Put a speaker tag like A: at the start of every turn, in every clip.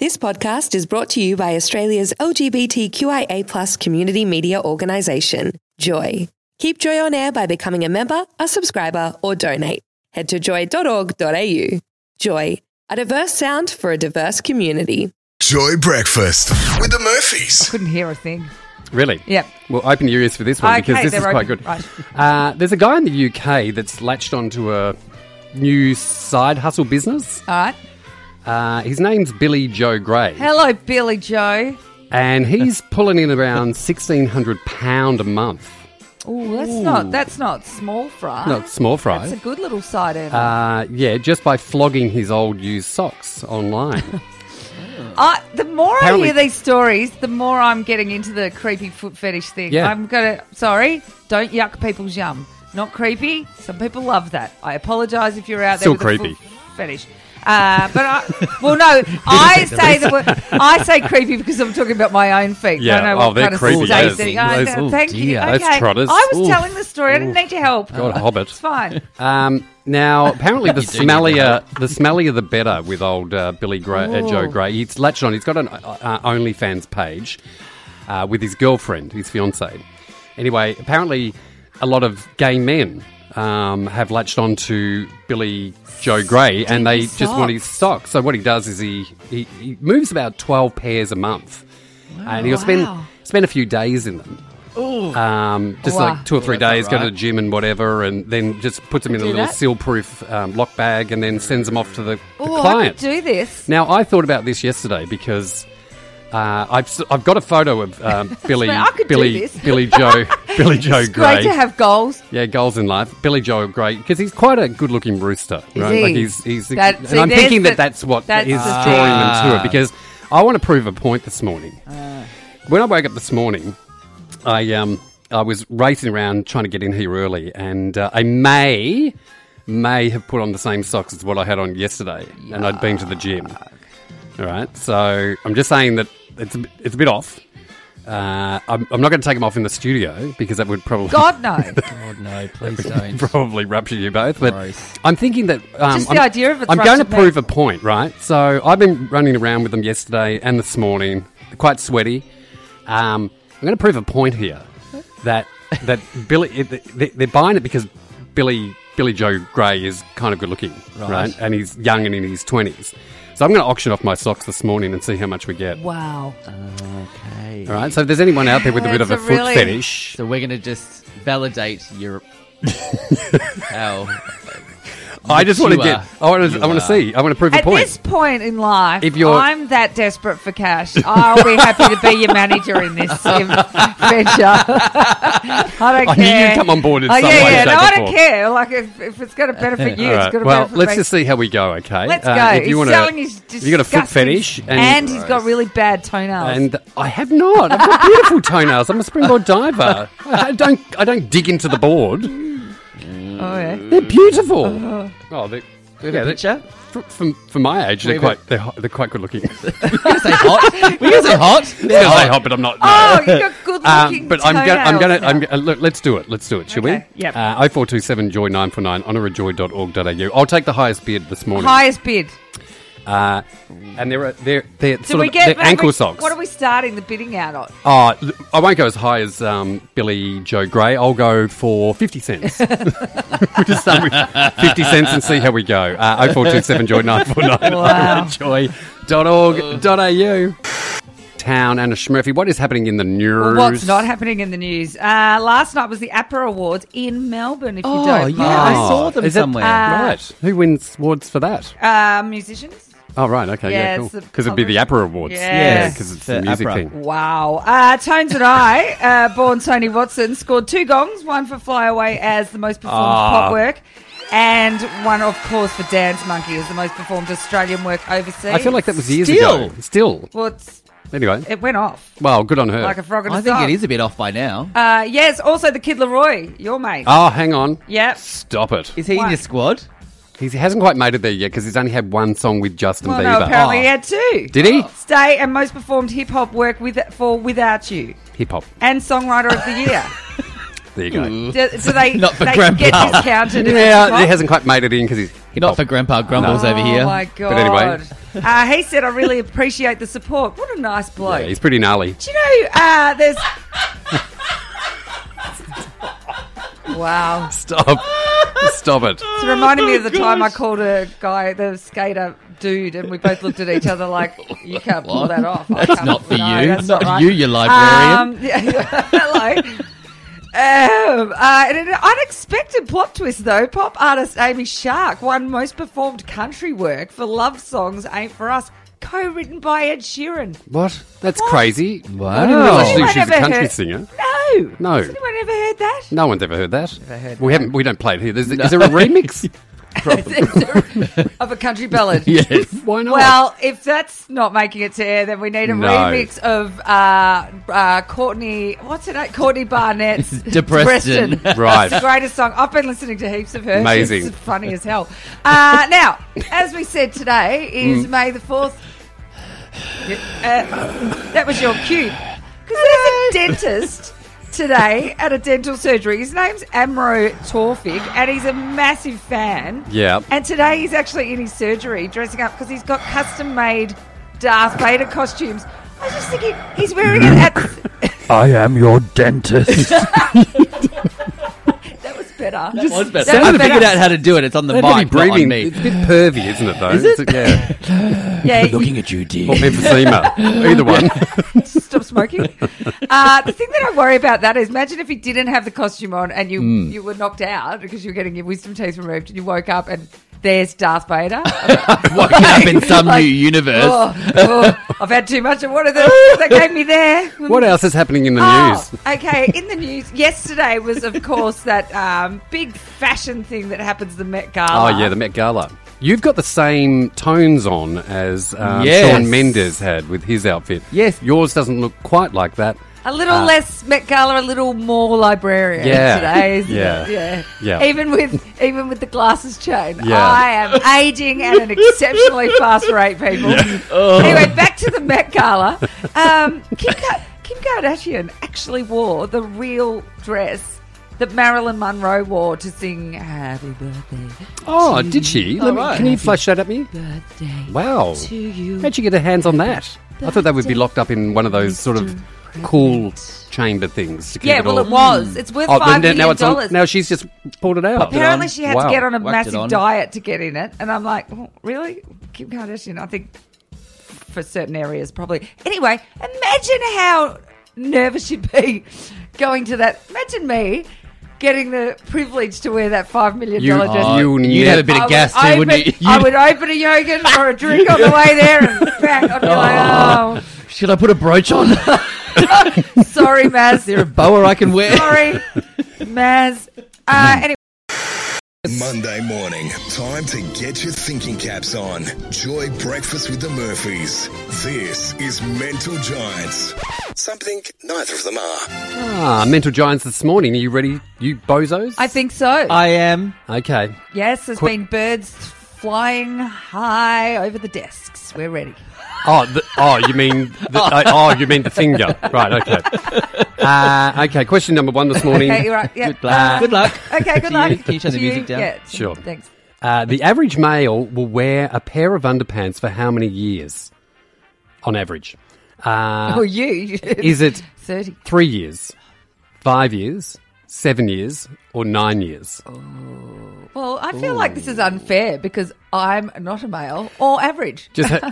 A: This podcast is brought to you by Australia's LGBTQIA community media organisation, Joy. Keep Joy on air by becoming a member, a subscriber, or donate. Head to joy.org.au. Joy, a diverse sound for a diverse community.
B: Joy Breakfast with the Murphys.
C: Couldn't hear a thing.
D: Really?
C: Yep.
D: Well, open your ears for this one because this is
C: they're
D: quite
C: open.
D: good.
C: Right.
D: Uh, there's a guy in the UK that's latched onto a new side hustle business.
C: All right.
D: Uh, his name's Billy Joe Gray,
C: Hello, Billy Joe.
D: and he's pulling in around sixteen hundred pound a month.
C: Oh, that's not that's not small fry.
D: Not small fry.
C: That's a good little side earner.
D: Uh, yeah, just by flogging his old used socks online.
C: I, the more I
D: apparently-
C: hear these stories, the more I'm getting into the creepy foot fetish thing.
D: Yeah.
C: I'm gonna. Sorry, don't yuck people's yum. Not creepy. Some people love that. I apologise if you're out there.
D: Still
C: with a
D: creepy.
C: foot fetish. Uh, but I, well, no, I say the word, I say creepy because I'm talking about my own feet.
D: Yeah,
C: I know
D: oh,
C: what
D: they're
C: kind of
D: creepy,
C: state
D: those-
C: they are.
D: those-
C: No,
D: oh,
C: thank you.
D: dear, those
C: Okay.
D: trotters.
C: I was
D: Oof.
C: telling the story. I didn't need your help.
D: God, Hobbit.
C: It's fine.
D: Um, now, apparently, the smellier the smellier the better with old uh, Billy Gray, uh, Joe
C: Ooh.
D: Gray. He's latched on. He's got an uh, uh, OnlyFans page uh, with his girlfriend, his fiancée. Anyway, apparently, a lot of gay men um, have latched on to Billy Joe Gray, and they
C: his
D: just want his
C: socks.
D: stock. So what he does is he he, he moves about twelve pairs a month, and he'll spend
C: Wow.
D: spend a few days in them. Um, just
C: Wow.
D: like two or three days, go to the gym and whatever, and then just puts them in a
C: do
D: little
C: that.
D: seal-proof um, lock bag, and then sends them off to the, the
C: Oh, I could
D: client.
C: do this.
D: now, I thought about this yesterday because uh, I've s- I've got a photo of um, Billy
C: I could do
D: Billy
C: this.
D: Billy Joe Billy Joe
C: It's
D: Gray.
C: great to have goals.
D: yeah, goals in life. Billy Joe Gray because he's quite a good-looking rooster, right?
C: he?
D: Like he's he's.
C: That-
D: and
C: see,
D: I'm
C: there's
D: thinking
C: the-
D: that that's what
C: that's
D: is
C: the thing.
D: drawing them to it because I want to prove a point this morning.
C: Ah.
D: When I woke up this morning, I um I was racing around trying to get in here early, and uh, I may may have put on the same socks as what I had on yesterday, and I'd been to the gym. All right, so I'm just saying that it's a, bit- it's a bit off. Uh, I'm, I'm not going to take them off in the studio because that would probably
C: God no.
E: God, no, please don't.
D: probably rupture you both. But
E: Gross.
D: I'm thinking that um,
C: Just the
D: I'm,
C: idea of it's
D: I'm going to
C: ruptured me.
D: prove a point, right? So I've been running around with them yesterday and this morning, quite sweaty. Um, I'm going to prove a point here that that Billy it- they- they're buying it because Billy Billy Joe Gray is kind of good looking, right?
E: Right.
D: And he's young and in his twenties. So I'm going to auction off my socks this morning and see how much we get.
C: Wow.
E: Okay.
D: All right. So if there's anyone out there with a bit of
C: That's
D: a
C: a
D: foot
C: really-
D: fetish,
E: So we're going to just validate your. how.
D: I just want to
E: You
D: get. I
E: are.
D: want to.
E: You
D: I want
E: are.
D: to see. I want to prove a
C: At
D: point.
C: this point in life,
D: If you're-
C: I'm that desperate for cash, I'll be happy to be your manager in this um, venture. I don't
D: I knew
C: care.
D: you'd come on board in
C: oh,
D: some
C: yeah,
D: way,
C: yeah.
D: shape,
C: No,
D: or
C: I don't
D: form.
C: care. Like if, if it's going to benefit you,
D: All
C: it's
D: right.
C: going to
D: Well,
C: benefit
D: let's
C: me.
D: just see how we go. Okay.
C: Let's
D: Uh,
C: go.
D: If you
C: he's
D: want
C: selling his
D: to, you got a foot
C: disgusting-
D: fetish, and,
C: and he's got really bad toenails.
D: and I have not. I've got beautiful toenails. I'm a springboard diver. I don't. I don't dig into the board.
C: oh, yeah.
D: They're
C: Uh-huh.
D: beautiful. Oh, they.
E: Do we have a picture?
D: For, for, for my age, they're
E: We've got-
D: quite they're, hot- they're quite good looking. They're
E: We're going to say hot. We're going to say hot. They're
D: hot,
E: hot.
D: but I'm not. no.
C: Oh, you got good looking
D: Um, but I'm gonna, I'm gonna, I'm gonna look. Let's do it. Let's do it. Shall
C: Okay,
D: we?
C: yep.
D: Uh, 0427 joy 949 honorajoy.org.au. I'll take the highest bid this morning.
C: highest bid.
D: Uh, and they're they're they're
C: Do
D: sort
C: we
D: of
C: get
D: they're ankle
C: we-
D: socks.
C: What are we starting the bidding out on?
D: Uh, l- I won't go as high as um, Billy Joe Gray. I'll go for 50 cents. we'll just start with 50 cents and see how we go. Uh, 0427 Joy 949
C: Wow.
D: joy.org.au. Town, Anna Schmurphy, what is happening in the news?
C: Well, what's not happening in the news? Uh, last night was the APRA Awards in Melbourne, if
D: Oh,
C: you don't
E: yeah, I
C: mind.
E: saw them
D: Is it-
E: somewhere.
D: right. Who wins awards for that?
C: Uh, musicians?
D: Oh, right. Okay.
C: Yeah,
D: Yeah,
C: it's
D: cool.
C: the
D: Because it'd be the
C: public-
D: APRA Awards.
C: Yeah.
D: because it's
E: Yeah,
D: the music
E: APRA.
D: thing.
C: Wow. Uh, Tones and I, uh, born Tony Watson, scored two gongs, one for Fly Away as the most performed
D: Ah.
C: pop work, and one, of course, for Dance Monkey as the most performed Australian work overseas.
D: I feel like that was years
E: Still.
D: ago. Still.
C: Well, it's,
D: Anyway.
C: it went off
D: Well, good on her.
C: like a frog in a
E: I think
C: sock.
E: it is a bit off by now.
C: Uh, yes, also the Kid Leroy, your mate.
D: oh, hang on.
C: Yep.
D: Stop it.
E: Is he in
C: Why?
E: your squad?
D: He's, he hasn't quite made it there yet because he's only had one song with Justin
C: Well,
D: Bieber.
C: no, apparently
E: Oh.
C: he had two.
D: Did he?
C: Stay and most performed hip hop work with for Without You
D: Hip hop.
C: and Songwriter of the Year.
D: There you go.
C: Do, do they,
E: Not for
C: they
E: grandpa.
C: get discounted? if it's
D: Yeah,
C: not?
D: he hasn't quite made it in because he's hip
E: Not
D: hop.
E: for Grandpa Grumbles over here.
C: Oh my god!
D: But anyway.
C: uh, he said, "I really appreciate the support. What a nice bloke."
D: Yeah, he's pretty gnarly.
C: Do you know? Uh, there's. wow!
D: Stop. Stop it.
E: Oh
C: It's reminding me of the time I called a guy, the skater dude, and we both looked at each other like, "You can't pull that off." I
E: That's
C: can't-
E: not for
C: no,
E: you.
C: that's
E: not
C: right."
E: you, you librarian.
C: Um, hello. Um, uh, and an unexpected plot twist, though. Pop artist Amy Shark won most performed country work for Love Songs Ain't For Us, co written by Ed Sheeran.
D: What? That's
C: What?
D: crazy. Wow. I didn't
E: Wow.
D: realise
C: Has
D: she-
C: anyone
D: she's a
C: ever
D: country
C: heard-
D: singer.
C: No.
D: No.
C: Has anyone ever heard that?
D: No one's ever heard that. we haven't. We don't play it here. There's, Is there a remix?
C: of a country ballad.
D: yes. Why not?
C: Well, if that's not making it to air, then we need a
D: No.
C: remix of uh, uh, Courtney. What's it? Courtney Barnett's
E: Depreston.
D: Right.
C: It's the greatest song. I've been listening to heaps of her.
D: Amazing.
C: She's funny as hell. Uh, now, as we said, today
D: Mm.
C: is May the fourth. uh, that was your cue. Because there's a dentist today at a dental surgery. His name's Amro Torfik, and he's a massive fan.
D: Yeah.
C: And today he's actually in his surgery dressing up because he's got custom made Darth Vader costumes. I was just thinking, he's wearing it at.
F: I am your dentist.
C: That was better.
E: was better.
C: That was
E: I haven't
C: better.
E: figured out how to do it. It's on the
D: They're
E: mic,
D: pretty
E: not
D: breathing.
E: on me.
D: It's a bit pervy, isn't it? Though. Is it? yeah.
C: Yeah, you
F: Looking at you, dear.
D: or emphysema. Either one.
C: stop smoking. Uh, the thing that I worry about that is, imagine if he didn't have the costume on and you you were knocked out because you were getting your wisdom teeth removed, and you woke up and there's Darth Vader.
E: Woken up in some
C: Like-
E: new universe.
C: oh, oh, I've had too much of one of them. They gave me there.
D: What else is happening in the
C: Oh,
D: news?
C: okay. In the news, yesterday was, of course, that um, big fashion thing that happens the Met
D: Oh
C: Gala.
D: yeah, the Met Gala. You've got the same tones on as um,
E: Yes.
D: Sean Mendes had with his outfit.
E: Yes.
D: yours doesn't look quite like that.
C: a little
D: Ah.
C: less Met Gala, a little more librarian
D: Yeah.
C: today. Isn't
D: Yeah.
C: It? yeah,
D: Yeah.
C: Even with even with the glasses chain,
D: Yeah.
C: I am aging at an exceptionally fast rate, people.
D: Oh.
C: Anyway, back to the Met Gala. Um, Kim, Ka- Kim Kardashian actually wore the real dress. That Marilyn Monroe wore to sing "Happy Birthday."
D: Oh, did she? Let me, Can you flash that at me?
C: birthday
D: Wow.
C: to you.
D: How'd you get her hands on that? I thought they would be locked up in one of those sort of cool chamber things. To keep
C: Yeah,
D: it
C: well,
D: all.
C: it was. It's worth
D: Oh,
C: five
D: then
C: million
D: now it's on,
C: dollars.
D: now she's just pulled it out.
E: Popped it on.
C: Apparently, she had
D: Wow.
C: to get on a
E: Whacked it
C: massive
E: on.
C: diet to get in it, and I'm like, well, really, Kim Kardashian? I think for certain areas, probably. Anyway, imagine how nervous you'd be going to that. Imagine me getting the privilege to wear that five million
D: You-
C: dollar dress.
D: Oh, you
E: you'd have
D: ne-
E: a bit
C: I
E: of gas
C: would
E: too,
C: open-
E: wouldn't you?
C: I
E: You'd-
C: would open a yogurt or a drink on the way there, and crack. I'd be
E: Oh.
C: like,
E: Should I put a brooch on? Is
C: oh, sorry, Maz.
E: there a boa I can wear?
C: Sorry, Maz. Uh,
E: Mm.
C: anyway.
B: Monday morning, time to get your thinking caps on. Joy breakfast with the Murphys. This is Mental Giants. Something neither of them are.
D: Ah, mental giants this morning. Are you ready, you bozos?
C: I think so.
E: I am.
D: okay.
C: yes, there's
D: Qu-
C: been birds flying high over the desks. We're ready.
D: Oh, the, oh, you mean the, uh, oh, you mean the finger? Right. Okay. Uh, okay. Question number one this morning.
C: Okay, you're right. Yeah.
E: Good
D: Uh,
E: luck. Good luck.
C: Okay, good
E: To you.
C: luck.
E: Can you turn the
C: To
E: music down?
C: Yeah,
D: Sure.
C: Thanks.
D: Uh, the average male will wear a pair of underpants for how many years, on average? Uh,
C: oh, you.
D: Is it
C: 30.
D: three years, five years, seven years, or nine years?
C: Oh. Well, I feel like this is unfair because I'm not a male or average.
D: Just
C: Uh,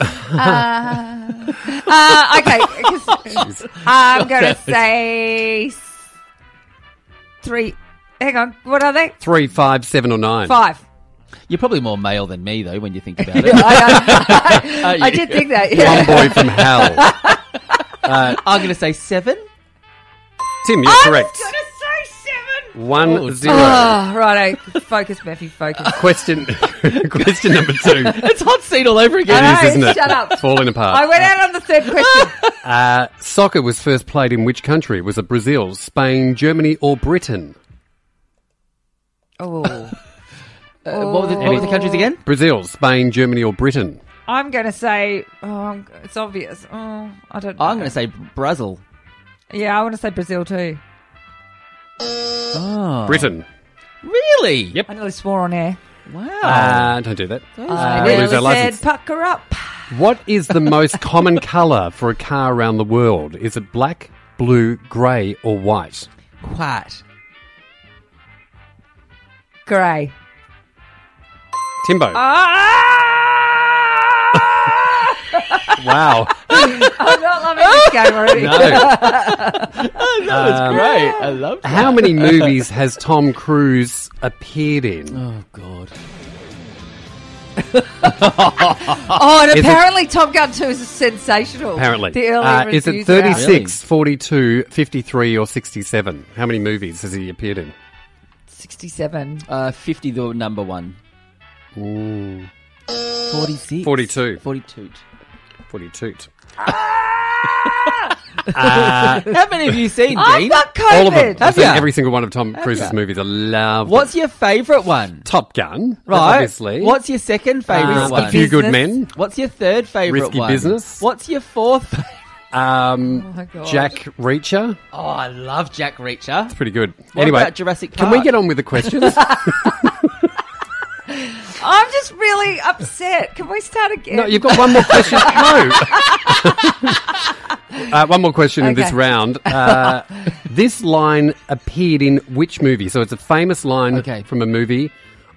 C: okay. 'cause I'm going to say s- three. Hang on. What are they?
D: three, five, seven, or nine.
C: Five.
E: You're probably more male than me, though, when you think about it.
C: uh, I, I, I did think that. Yeah.
D: One boy from hell.
E: I'm going to say seven.
D: Tim, you're
C: I was
D: correct.
C: gonna say seven.
D: One zero.
C: Oh, righto. Focus, Murphy, focus.
D: Question. question number two.
E: It's hot seat all over again.
C: I know,
D: It is, isn't it?
C: shut up.
D: Falling apart.
C: I went out on the third question.
D: Uh, soccer was first played in which country? Was it Brazil, Spain, Germany, or Britain?
C: Oh,
E: Uh, what were the, what were the countries again?
D: Brazil, Spain, Germany, or Britain?
C: I'm going to say, oh, I'm, g- it's obvious. Oh, I don't know.
E: I'm going to say Brazil.
C: Yeah, I want to say Brazil too.
D: Britain.
E: Really?
D: Yep.
C: I nearly swore on air.
E: Wow.
D: Uh, don't do that.
C: I
D: Uh,
C: nearly
D: lose our
C: said
D: license.
C: pucker up.
D: What is the most common colour for a car around the world? Is it black, blue, grey, or white?
E: Quite.
C: Grey.
D: Timbo.
C: Uh,
D: wow.
C: I'm not loving this game already.
D: No.
E: That's great. I love that.
D: How many movies has Tom Cruise appeared in?
E: Oh, God.
C: Oh, and
D: Is it-
C: apparently Top Gun 2 is sensational.
D: Apparently.
C: The early
D: Uh, is it
C: reviews are out.
D: 36, 42, 53, or 67? How many movies has he appeared in?
C: 67.
E: Uh, 50, the number one.
D: Ooh.
E: 46.
D: 42.
E: 42.
D: 42.
E: How many have you seen,
C: I've
E: Dean?
C: got COVID.
D: All of them. I've seen
E: ya?
D: every single one of Tom Cruise's movies. I love
E: What's your favourite one?
D: Top Gun,
E: Right.
D: obviously.
E: What's your second favourite
D: Uh,
E: one?
D: A Few Good
C: Business.
D: Men.
E: What's your third favourite
D: Risky
E: one?
D: Business.
E: What's your fourth? fa-
D: Um,
C: my God.
D: Jack Reacher.
E: Oh, I love Jack Reacher.
D: Pretty good.
E: What
D: anyway,
E: about Jurassic
D: can we
E: Park?
D: get on with the questions?
C: I'm just really upset. Can we start again?
D: no, you've got one more question. No. uh, one more question in this
C: Okay.
D: round. Uh, this line appeared in which movie? So it's a famous line
E: Okay.
D: from a movie.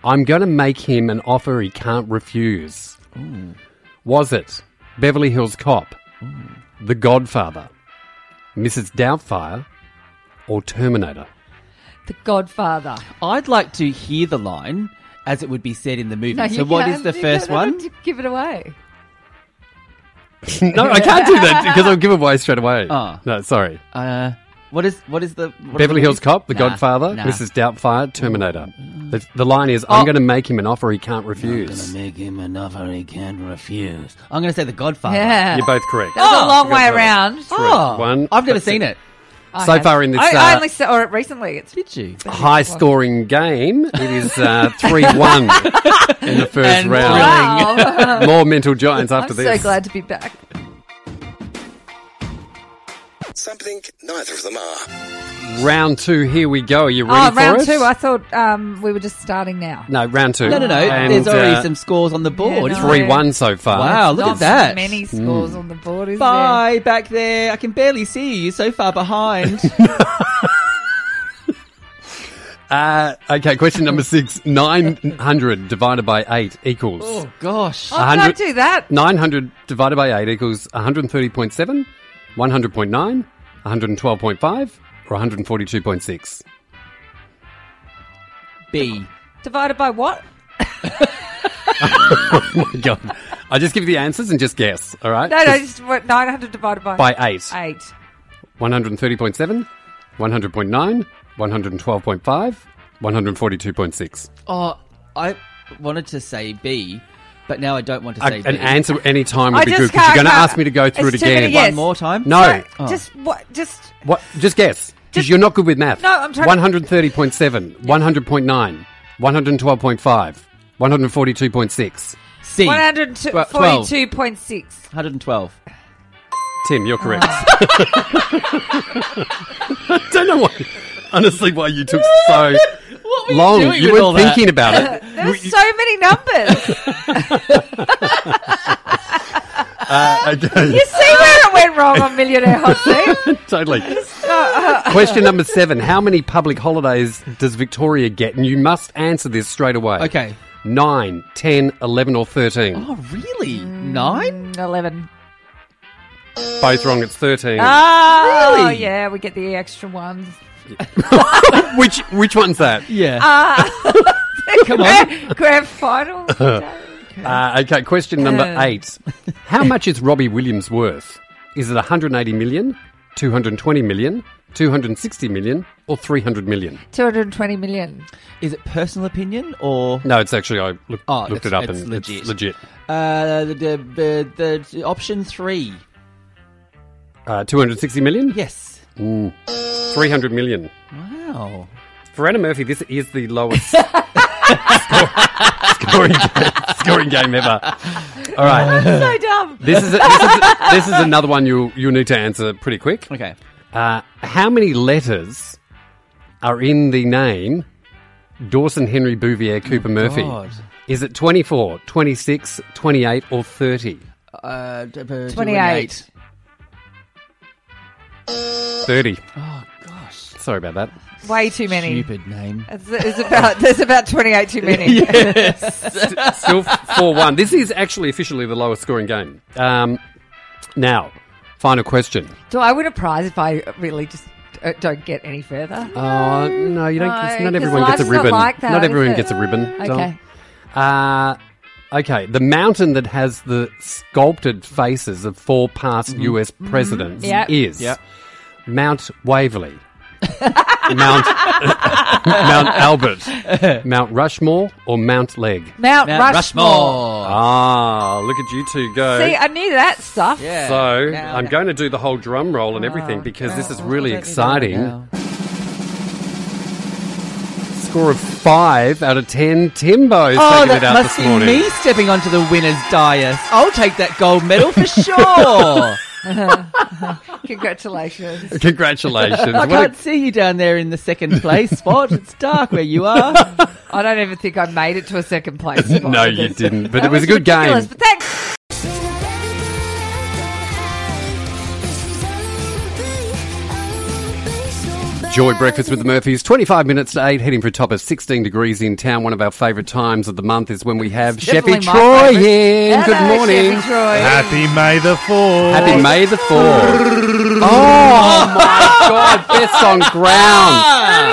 D: I'm going to make him an offer he can't refuse. Was it Beverly Hills Cop, The Godfather, Mrs. Doubtfire, or Terminator?
C: The Godfather.
E: I'd like to hear the line as it would be said in the movie.
C: No,
E: so,
C: you
E: what
C: can't-
E: is the
C: you
E: first
C: can't
E: one?
C: Give it away.
D: no, I can't do that because I'll give away straight away.
E: Oh.
D: No, sorry.
E: Uh, what is what is the what are
D: Beverly
E: the
D: Hills
E: movies?
D: Cop, The
E: Nah,
D: Godfather,
E: nah.
D: Mrs. Doubtfire, Terminator. The, the line is,
E: Oh.
D: "I'm going to make him an offer he can't refuse."
E: Make him an offer he can't refuse. I'm going to say the Godfather.
C: Yeah.
D: You're both correct.
C: That was a long way
D: Godfather.
C: around.
E: Oh,
D: One.
E: I've never
D: That's
E: seen it.
C: I
D: So
C: have.
D: far in this,
C: I, I
D: uh,
C: only saw it recently. It's
E: Did you?
D: High-scoring game. It is uh, three-one in the first
E: And
D: round.
C: wow.
D: More mental giants
C: I'm
D: after
C: so
D: this.
C: glad to be back.
B: Something neither of them are.
D: Round two. Here we go. Are you ready
C: Oh,
D: for
C: round
D: it?
C: two. I thought um, we were just starting now.
D: No, round two.
E: No, no, no.
D: And,
E: There's already
D: uh,
E: some scores on the board.
C: no.
D: three-one so far.
E: Wow, look
C: Not
E: at that.
C: Many scores on the board, is
E: Bye, back there. I can barely see you. You're so far behind.
D: Uh, okay, question number six. Nine hundred divided by eight equals.
E: oh gosh.
C: there? Oh,
D: 100
C: don't do that.
D: 900 divided by 8 equals 130.7, 100.9, 112.5, or 142.6.
E: B.
C: Divided by what?
D: Oh my God. I just give you the answers and just guess, all right?
C: No, no, just what, 900 divided by,
D: By 8.
C: eight.
D: 130.7, 100.9, 112.5, 142.6.
E: Oh, I wanted to say B, but now I don't want to
D: A-
E: say B.
D: An answer any time
C: I
D: would be
C: just
D: good because you're
C: can't-
D: going to
C: can't-
D: ask me to go through
C: It's
D: it
C: too many
D: again.
E: One
C: Yes.
E: more time.
D: No.
E: Oh.
C: Just what? Just
D: What? Just guess. Because you're not good with math.
C: No, I'm trying to-
D: 130.7, 100.9, 112.5, 142.6.
E: C.
C: one hundred
E: Twelve.
C: forty-two point six.
E: 112.
D: Tim, you're correct. I don't know why, honestly, why you took so
E: What
D: long. You were not thinking about it.
C: There were so many numbers.
D: Uh, okay,
C: you see where it went wrong on Millionaire Hot Seat?
D: totally. Question number seven How many public holidays does Victoria get? And you must answer this straight away.
E: Okay.
D: Nine, ten, eleven, or 13.
E: Oh, really? Nine?
C: Eleven.
D: Both wrong, it's 13.
C: Oh,
E: Really?
C: yeah, we get the extra ones.
D: Which which one's that?
E: Yeah.
C: Ah. Come on. Grand final.
D: Uh, okay, question number eight. How much is Robbie Williams worth? Is it 180 million, 220 million, 260 million, or 300 million?
C: 220 million.
E: Is it personal opinion or
D: No, it's actually, I look,
E: Oh,
D: looked
E: it's-
D: it up
E: it's
D: and
E: legit.
D: it's legit.
E: uh, the, the, the, the option three?
D: Uh, 260 million?
E: Yes.
D: 300 million.
E: Wow.
D: For Anna Murphy, this is the lowest score, scoring, game, scoring game ever. All right.
C: So dumb.
D: This is, a, this, is a- this is another one you'll, you'll need to answer pretty quick.
E: Okay.
D: Uh, how many letters are in the name Dawson Henry Bouvier Cooper Murphy?
E: Oh, God.
D: Is it 24, 26, 28, or 30?
E: Uh, d- b-
C: 28.
D: 30.
E: Oh, gosh.
D: Sorry about that.
C: Way too many.
E: Stupid name.
C: It's, it's about there's about twenty eight too many.
D: Still 4 1. This is actually officially the lowest scoring game. Um, now, final question.
C: Do I win a prize if I really just uh, don't get any further?
D: Oh, no, you don't. it's-
C: No,
D: not
C: 'cause
D: everyone gets a
C: life's not
D: ribbon.
C: like that,
D: not
C: is
D: everyone
C: it?
D: gets a ribbon.
C: Okay.
D: Dom. Uh, okay. The mountain that has the sculpted faces of four past
E: Mm-hmm.
D: U.S. presidents
C: Yep.
D: is
E: Yep.
D: Mount Waverley, Mount Mount Albert, Mount Rushmore, or Mount Leg.
C: Mount,
E: Mount
C: Rushmore.
E: Rushmore.
D: Ah, look at you two go.
C: See, I knew that stuff.
E: Yeah.
D: so
E: Now- Oh,
D: I'm going to do the whole drum roll and everything because this is really exciting. Score of five out of ten. Timbo's
E: Oh,
D: taking
E: that
D: it out
E: must
D: this
E: be
D: morning.
E: me stepping onto the winner's dais. I'll take that gold medal for sure.
C: Congratulations.
D: Congratulations.
E: I
D: What a-
E: can't see you down there in the second place spot. It's dark where you are.
C: I don't even think I made it to a second place. spot
D: no,
C: with
D: you
C: this.
D: didn't. But
C: That
D: it was a good
C: ridiculous,
D: game.
C: But thanks.
D: Joy Breakfast with the Murphys, 25 minutes to 8, heading for a top of 16 degrees in town. One of our favourite times of the month is when we have Chefy
C: definitely my
D: Troy
C: favourite.
D: in.
C: Hello,
D: Good morning.
C: Chef Troy.
G: Happy May the 4th.
D: Happy May the 4th. oh my God, best on ground.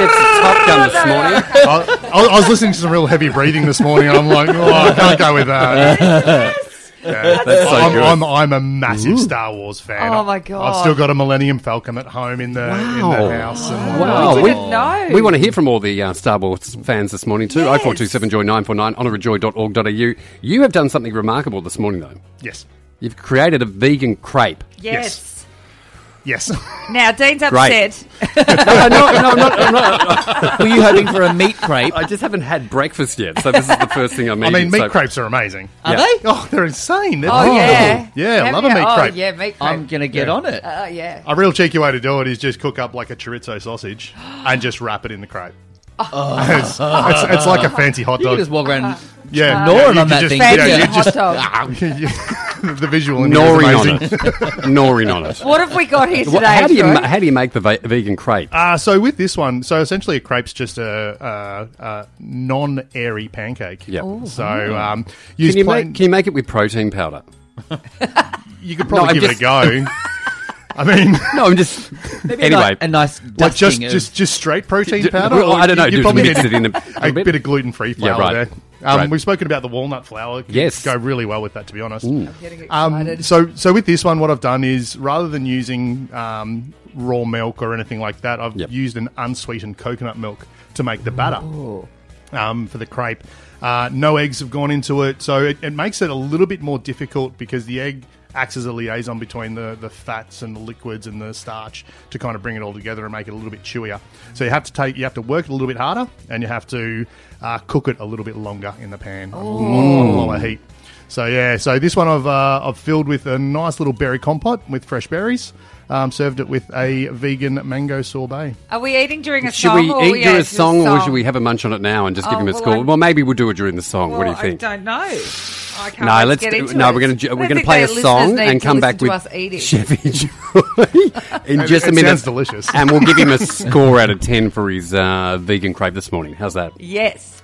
D: Gets the top gun this morning.
G: I, I, I was listening to some real heavy breathing this morning, and I'm like, oh, I can't go with that. Yeah.
D: That's so
G: I'm,
D: good.
G: I'm, I'm a massive Star Wars fan.
C: Oh, my
G: I've
C: God.
G: still got a Millennium Falcon at home in the in
D: Wow.
G: the house. And
D: Wow,
C: We
D: we-
C: didn't know.
D: We want to hear from all the uh, Star Wars fans this morning too. 0427 Joy 949 honorajoy.org.au. You have done something remarkable this morning though.
G: Yes,
D: You've created a vegan crepe.
C: yes.
G: yes.
C: Now Dean's
D: Great.
C: upset.
D: No, no, no, I'm not, I'm not-
E: Were you hoping for a meat crepe?
D: I just haven't had breakfast yet, so this is the first thing I'm
G: I
D: eating.
G: mean, meat
D: so-
G: crepes are amazing.
E: Are
D: Yeah.
E: they?
G: Oh, they're insane. They're
C: Oh yeah.
G: beautiful. yeah. I
C: Have
G: love a
C: you?
G: meat
C: oh,
G: crepe.
C: Yeah, meat crepe.
E: I'm going to get on it.
C: oh yeah.
G: A real cheeky way to do it is just cook up like a chorizo sausage and just wrap it in the crepe. it's, it's, it's like a fancy hot
E: You can
G: dog.
E: just walk around.
G: yeah,
E: gnaw
G: yeah,
E: it
G: you
E: on
G: could
E: that
G: just-
E: thing,
G: yeah,
C: Fancy
E: you
G: you
C: hot
G: just-
C: dog.
D: Ah.
G: the visual in here is
D: Gnawing on
G: amazing.
D: it. Gnawing on it.
C: What have we got here today?
D: What- how, do you,
C: Troy?
D: ma- how do you make the va- vegan crepe?
G: Uh, so with this one, so essentially a crepe's just a, a, a non-airy pancake.
D: Yeah. Ooh.
G: So um, use
D: Can you,
G: plain,
D: make, can you make it with protein powder?
G: you could
D: No,
G: probably
D: I'm
G: give it a go. I mean,
D: No, I'm just. anyway,
E: a nice
G: like just
E: dusting of-
G: just just straight protein
D: Ju-
G: powder.
D: well,
G: or
D: I don't know,
G: you- You
D: just
G: probably
D: mix it
G: need
D: in a-
G: a,
D: a bit.
G: bit. of gluten-free
D: Yeah,
G: flour
D: right.
G: there. Um,
D: Right.
G: We've spoken about the walnut flour. Could
D: Yes.
G: go really well with that. To be honest.
C: Getting
G: Um,
C: excited.
G: so, so with this one, what I've done is rather than using um, raw milk or anything like that, I've
D: Yep.
G: used an unsweetened coconut milk to make the batter um, for the crepe. Uh, no eggs have gone into it, so it, it makes it a little bit more difficult because the egg acts as a liaison between the, the fats and the liquids and the starch to kind of bring it all together and make it a little bit chewier. So you have to take you have to work it a little bit harder and you have to uh, cook it a little bit longer in the pan on, on lower heat. So yeah, so this one I've uh, I've filled with a nice little berry compote with fresh berries. Um, served it with a vegan mango sorbet.
C: Are we eating during a
D: should
C: song?
D: we
C: or
D: eat
C: yeah,
D: during a
C: it's just
D: song, or should we have a munch on it now and just give
C: Oh,
D: him a
C: well,
D: score?
C: I-
D: Well, maybe we'll do it during the song. what do you
C: Well,
D: think?
C: I don't know. I can't
D: No,
C: wait to
D: let's
C: get
D: do,
C: into
D: no.
C: it.
D: We're going
C: I
D: to
C: don't
D: we're going to
C: think
D: play
C: our
D: a
C: listeners
D: song
C: need
D: and
C: to
D: come
C: listen
D: back
C: to
D: with
C: us eating.
D: Chevy Joy in just a
G: it
D: minute.
G: sounds delicious.
D: and we'll give him a score out of ten for his uh, vegan crepe this morning. How's that?
C: Yes.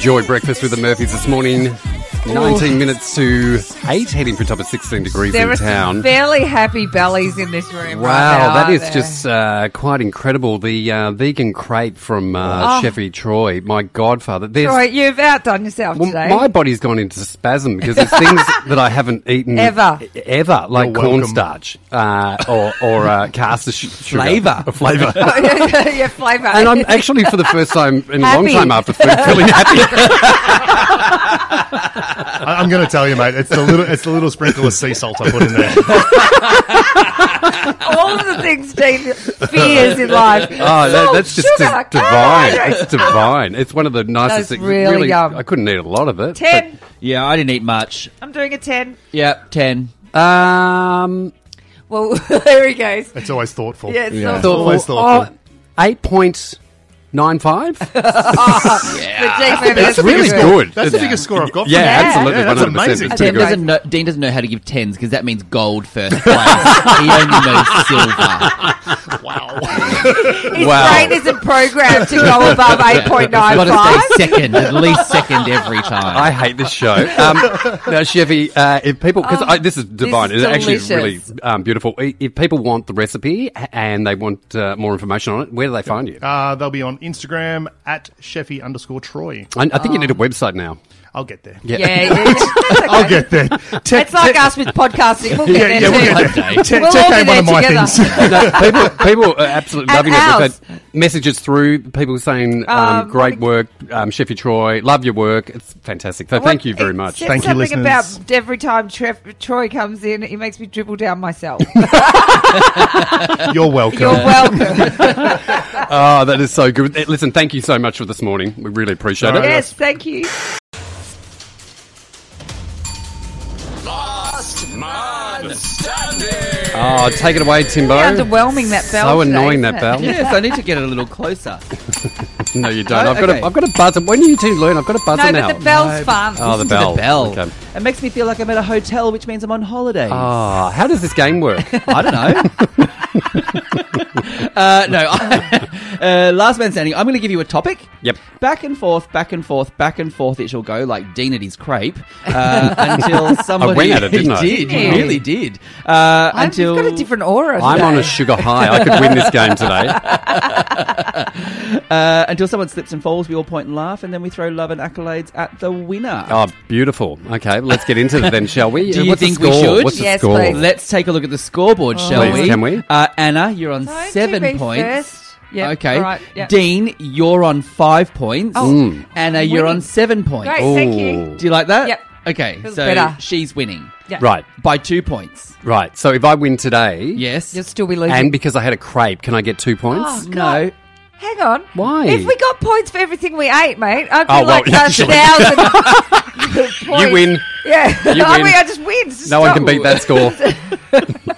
D: Joy breakfast with the Murphys this morning. 19 minutes to 8, heading for top of 16 degrees
C: There
D: in
C: are some
D: town.
C: fairly happy bellies in this room. right
D: Wow,
C: now,
D: that
C: aren't
D: is
C: there?
D: just uh, quite incredible. The uh, vegan crepe from uh, Chevy Troy, my godfather. There's,
C: Oh. Troy, you've outdone yourself
D: Well,
C: today.
D: my body's gone into spasm because there's things that I haven't eaten
C: Ever.
D: e- ever, like
G: You're welcome.
D: cornstarch uh, or or uh, caster sh- sugar.
E: Flavour.
D: Or flavour.
C: Your flavour.
D: and I'm actually for the first time in a long
C: Happy.
D: time after food feeling happy.
G: I, I'm going to tell you, mate. It's the little it's the little sprinkle of sea salt I put in there.
C: all of the things Dean fears in life.
D: Oh, that,
C: Salt,
D: that's just
C: sugar,
D: di- divine. It's divine. It's one of the nicest
C: That's
D: things.
C: really yum.
D: I couldn't eat a lot of it.
C: Ten.
E: yeah, I didn't eat much.
C: I'm doing a ten.
E: Yep, ten.
D: but, um,
C: Well, there he goes.
G: It's always thoughtful.
C: Yeah, it's
G: it's
C: not
D: Thoughtful.
G: always thoughtful.
D: Oh, 8.95?
C: the
D: That's really
G: biggest score-
D: good.
G: That's the
D: Yeah.
G: biggest score I've got.
D: Yeah,
G: from you.
D: absolutely,
G: Yeah, that's
D: 100%.
G: amazing.
D: It's
E: Dean
C: great.
E: doesn't, know, Dean doesn't know how to give tens because that means gold first place. he only knows silver.
C: His
D: Wow.
C: brain isn't programmed to go above eight point
E: It's
C: nine
E: Got
C: five.
E: to stay second, at least second every time.
D: I hate this show. Um, now, Chevy, uh, if people, because this is divine,
C: Um, is
D: it's actually really
C: delicious.
D: um, beautiful. I- If people want the recipe and they want uh, more information on it, where do they find you?
G: Uh, they'll be on Instagram at Sheffy underscore Troy.
D: I, I think you need a
C: Um,
D: website now.
G: I'll get there.
C: Yeah, yeah.
G: I'll get there. Tech,
C: it's like us with podcasting. We'll get there too.
G: yeah, yeah, we'll get
E: One
G: there.
E: day.
G: Tech,
C: We'll all
G: tech
C: be
G: ain't one of
C: there
G: my
C: together.
G: things.
D: No, people, people are absolutely
C: And
D: loving it.
C: ours.
D: We've had messages through people saying, um,
C: Um,
D: "Great work, um, Sheffy Troy. Love your work. It's fantastic." So, thank you very much.
G: Thank you,
C: something
G: listeners.
C: about every time Trev, Troy comes in, it makes me dribble down myself.
G: You're welcome.
C: You're welcome.
D: Oh, that is so good. Eh, Listen, thank you so much for this morning. We really appreciate
G: All
D: it.
G: right.
C: yes, thank you.
D: Oh, take it away, Timbo.
C: Really underwhelming, that bell
D: So
C: today,
D: annoying
C: isn't
D: that
C: it?
D: bell.
E: Yes, I need to get a little closer.
D: No, you don't.
E: No?
D: I've got
E: Okay.
D: a, I've got a buzzer. When do you two learn? I've got a buzzer
C: No,
D: now.
C: but the bell's fun.
D: Oh, the
E: Listen
D: bell.
E: To the bell.
D: Okay.
E: It makes me feel like I'm at a hotel, which means I'm on holiday.
D: Ah, how does this game work?
E: I don't know. uh, no, I, uh, last man standing. I'm going to give you a topic.
D: Yep.
E: Back and forth, back and forth, back and forth. It shall go like Dean at his crepe uh, until somebody.
D: went at it, didn't
E: He
D: I?
E: did.
C: Yeah.
E: He really did. Uh,
C: I've
E: until
C: got a different aura.
D: I'm
C: today.
D: on a sugar high. I could win this game today.
E: uh, until someone slips and falls, we all point and laugh, and then we throw love and accolades at the winner.
D: Oh, beautiful. Okay, let's get into it then, shall we? Uh,
E: Do you
D: What's the
E: think we
D: score?
E: should?
D: What's the
C: Yes,
D: score?
C: please.
E: Let's take a look at the scoreboard, shall
D: Please,
E: we?
D: can we?
E: Uh, Anna, you're on
C: Don't you
E: seven
C: be
E: points.
C: first. Yep,
E: okay.
C: all right, yep.
E: Dean, you're on five points.
C: Oh. Mm.
E: Anna, you're
C: Winning.
E: on seven points.
C: Great,
D: Ooh.
C: thank you.
E: Do you like that?
C: Yep.
E: Okay,
C: Feels
E: so
C: better.
E: she's winning
C: Yeah.
D: Right,
E: by two points.
D: right. So if I win today,
E: Yes.
C: You'll still be losing.
D: and because I had a crepe, can I get two points?
C: Oh,
E: no.
C: Hang on.
D: Why?
C: If we got points for everything we ate, mate, I'd be
D: Oh, well,
C: like
D: yeah,
C: a
D: sure.
C: thousand.
D: you
C: points.
D: win.
C: Yeah. I
D: win.
C: mean, I just win. Just
D: No one can
C: stop.
D: beat that score.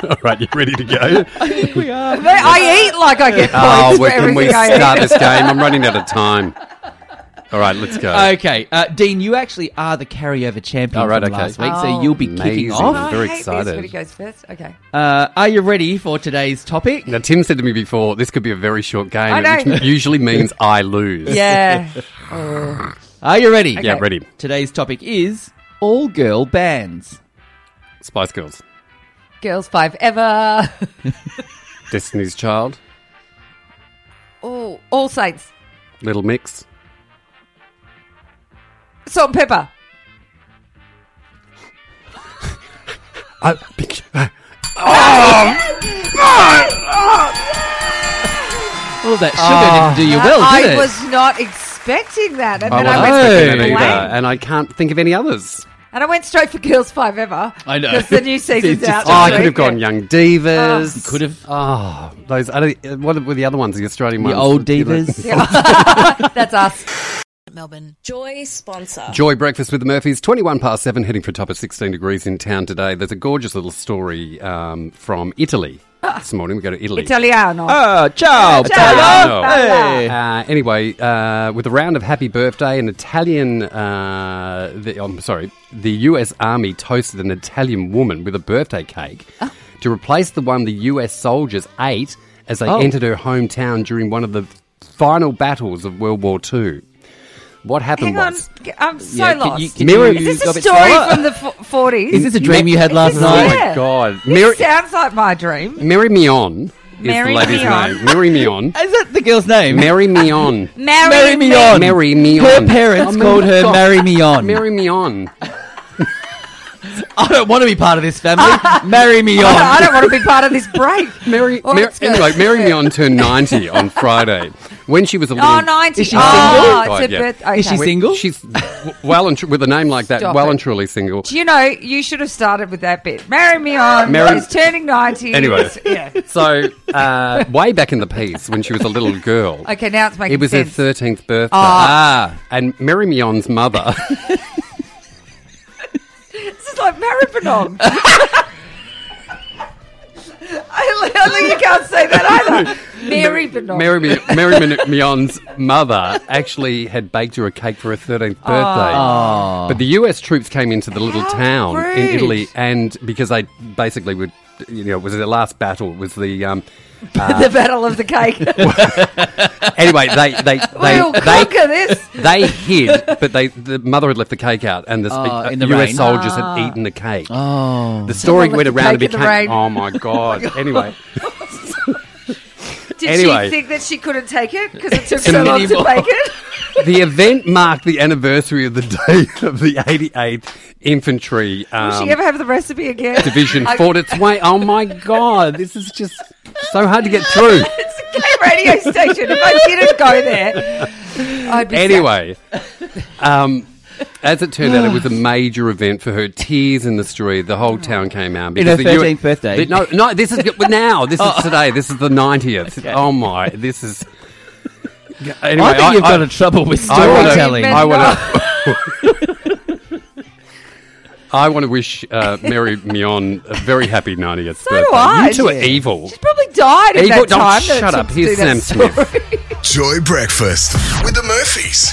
D: All right, you ready to go?
E: we are.
C: Mate, I eat like I get
D: Oh,
C: points
D: where
C: for
D: can we
C: everything I eat.
D: start this game? I'm running out of time. All right, let's go.
E: Okay, uh, Dean, you actually are the carryover champion
D: All right,
E: from
D: okay.
E: last week,
C: Oh.
E: so you'll be
D: Amazing.
E: kicking off.
C: Oh,
D: I'm very
C: I hate This
D: excited.
C: when he goes first. Okay.
E: Uh, are you ready for today's topic?
D: Now, Tim said to me before, this could be a very short game,
C: I know.
D: which usually means I lose.
C: Yeah.
E: Are you ready?
D: Yeah, ready.
E: Today's topic is all girl bands.
D: Spice Girls,
C: Girls Five Ever.
D: Destiny's Child,
C: Oh, All Saints.
D: Little Mix,
C: Salt and Pepper.
D: I, pic-
E: All that sugar
D: Ah.
E: didn't do you well,
C: I
E: did it?
C: was not expecting that. And
D: I
C: then
D: wasn't
C: I went,
D: expecting that
C: blank.
D: either, and I can't think of any others.
C: and I went straight for Girls Five Ever.
E: I know.
C: Because the new season's
E: It's
C: out.
E: just-
D: Oh, I
C: this
D: could have
C: week,
D: gone
C: yeah.
D: Young Divas.
E: Could have.
D: Oh, those. I don't, uh, what were the other ones? The Australian
E: The
D: ones.
E: old divas.
C: That's us.
H: Melbourne. Joy sponsor.
D: Joy Breakfast with the Murphys, 21 past 7, heading for a top of 16 degrees in town today. There's a gorgeous little story um, from Italy
C: Ah.
D: this morning. We go to Italy.
C: Italiano.
E: Oh, ciao,
D: Ciao.
E: Paolo. Hey.
D: Uh, anyway, uh, with a round of happy birthday, an Italian, uh, the, I'm sorry, the US Army toasted an Italian woman with a birthday cake
C: Oh.
D: to replace the one the US soldiers ate as they
E: Oh.
D: entered her hometown during one of the final battles of World War II. What happened
C: Hang on.
D: was.
C: I'm so
E: Yeah,
C: lost.
E: can you- can
D: Mirror-
E: you
C: Is this
E: go
C: a
E: bit
C: story
E: slower?
C: from the f- 40s?
E: Is this a dream you had last
C: Is this-
D: Oh
E: night?
C: Yeah.
D: my God.
C: This
D: Mary,
C: sounds like my dream.
D: Mary Mion is
C: Mary
D: the lady's
C: Mion.
D: name. Mary Mion.
E: Is that the girl's name?
D: Mary Mion.
C: Marry,
E: Marry me on.
D: Mary Mion.
E: Her parents
D: Oh,
E: called her
D: God.
E: Marry Me On.
D: Mary Mion.
E: I don't want to be part of this family. Marry Me
C: I don't- I
E: On.
C: don't want to be part of this break.
D: Mary,
C: Well,
D: Mar-
C: let's go.
D: anyway, Mary Mion turned 90 on Friday. When she was a little...
C: Oh, 90.
E: Is she
C: oh,
D: single?
C: it's
D: Right,
C: a
D: yeah.
C: birth. Okay.
E: Is she single?
D: She's w- well and tr- with a name like that,
C: Stop
D: well
C: it.
D: and truly single.
C: Do you know, you should have started with that bit. Marry me on.
D: Marry-
C: He's turning 90.
D: Anyway.
C: It's- Yeah.
D: So, uh, way back in the piece, when she was a little girl,
C: Okay, now it's making
D: it was
C: sense.
D: her 13th birthday.
E: ah.
D: And Mary Mion's mother...
C: This is like Maribyrnong. Clearly, you can't say that either. Mary, but not
D: Mary, Mi- Mary Mi- Mion's mother actually had baked her a cake for her 13th birthday. But the US troops came into the little
C: Ah. How
D: town in
C: rude.
D: Italy, and because they basically would, you know, it was their last battle, was the. Um,
C: the battle of the cake.
D: anyway, they. they, they,
C: we'll
D: they
C: conquer this.
D: they hid, but they the mother had left the cake out, and the,
E: Oh,
D: uh,
E: in the
D: U.S.
E: rain. Ah.
D: soldiers had eaten the cake.
E: Oh.
D: The story
C: Someone left
D: went
C: the
D: around and
C: cake in
D: became.
C: the rain.
D: Oh my god! anyway,
C: Did
D: Anyway.
C: she think that she couldn't take it because it took
D: a
C: so long to
D: medieval-
C: bake it?
D: the event marked the anniversary of the day of the 88th Infantry
C: Will
D: um,
C: she ever have the recipe again?
D: Division
C: I-
D: fought its way. Oh my god! This is just so hard to get through.
C: It's a gay radio station. If I didn't go there, I'd be
D: Anyway, um, as it turned out, it was a major event for her. Tears in the street. The
C: Oh.
D: whole town came out.
E: In her
D: because the U-
E: 13th birthday.
D: The- No, no. This is now. This is today. This is the 90th. Oh my! This is. Anyway,
E: I think you've
D: I-
E: got in trouble with
D: I wanna-
E: storytelling.
D: I want to. I want to wish uh, Mary Mion a very happy 90th
C: do
D: birthday.
C: I.
D: You two are
C: Yeah.
D: evil.
C: She's probably died in
D: Evil-
C: that
D: don't-
C: time. that it
D: shut
C: took
D: up.
C: to
D: Here's
C: do that
D: Sam Smith.
C: story.
B: Joy Breakfast with the Murphys.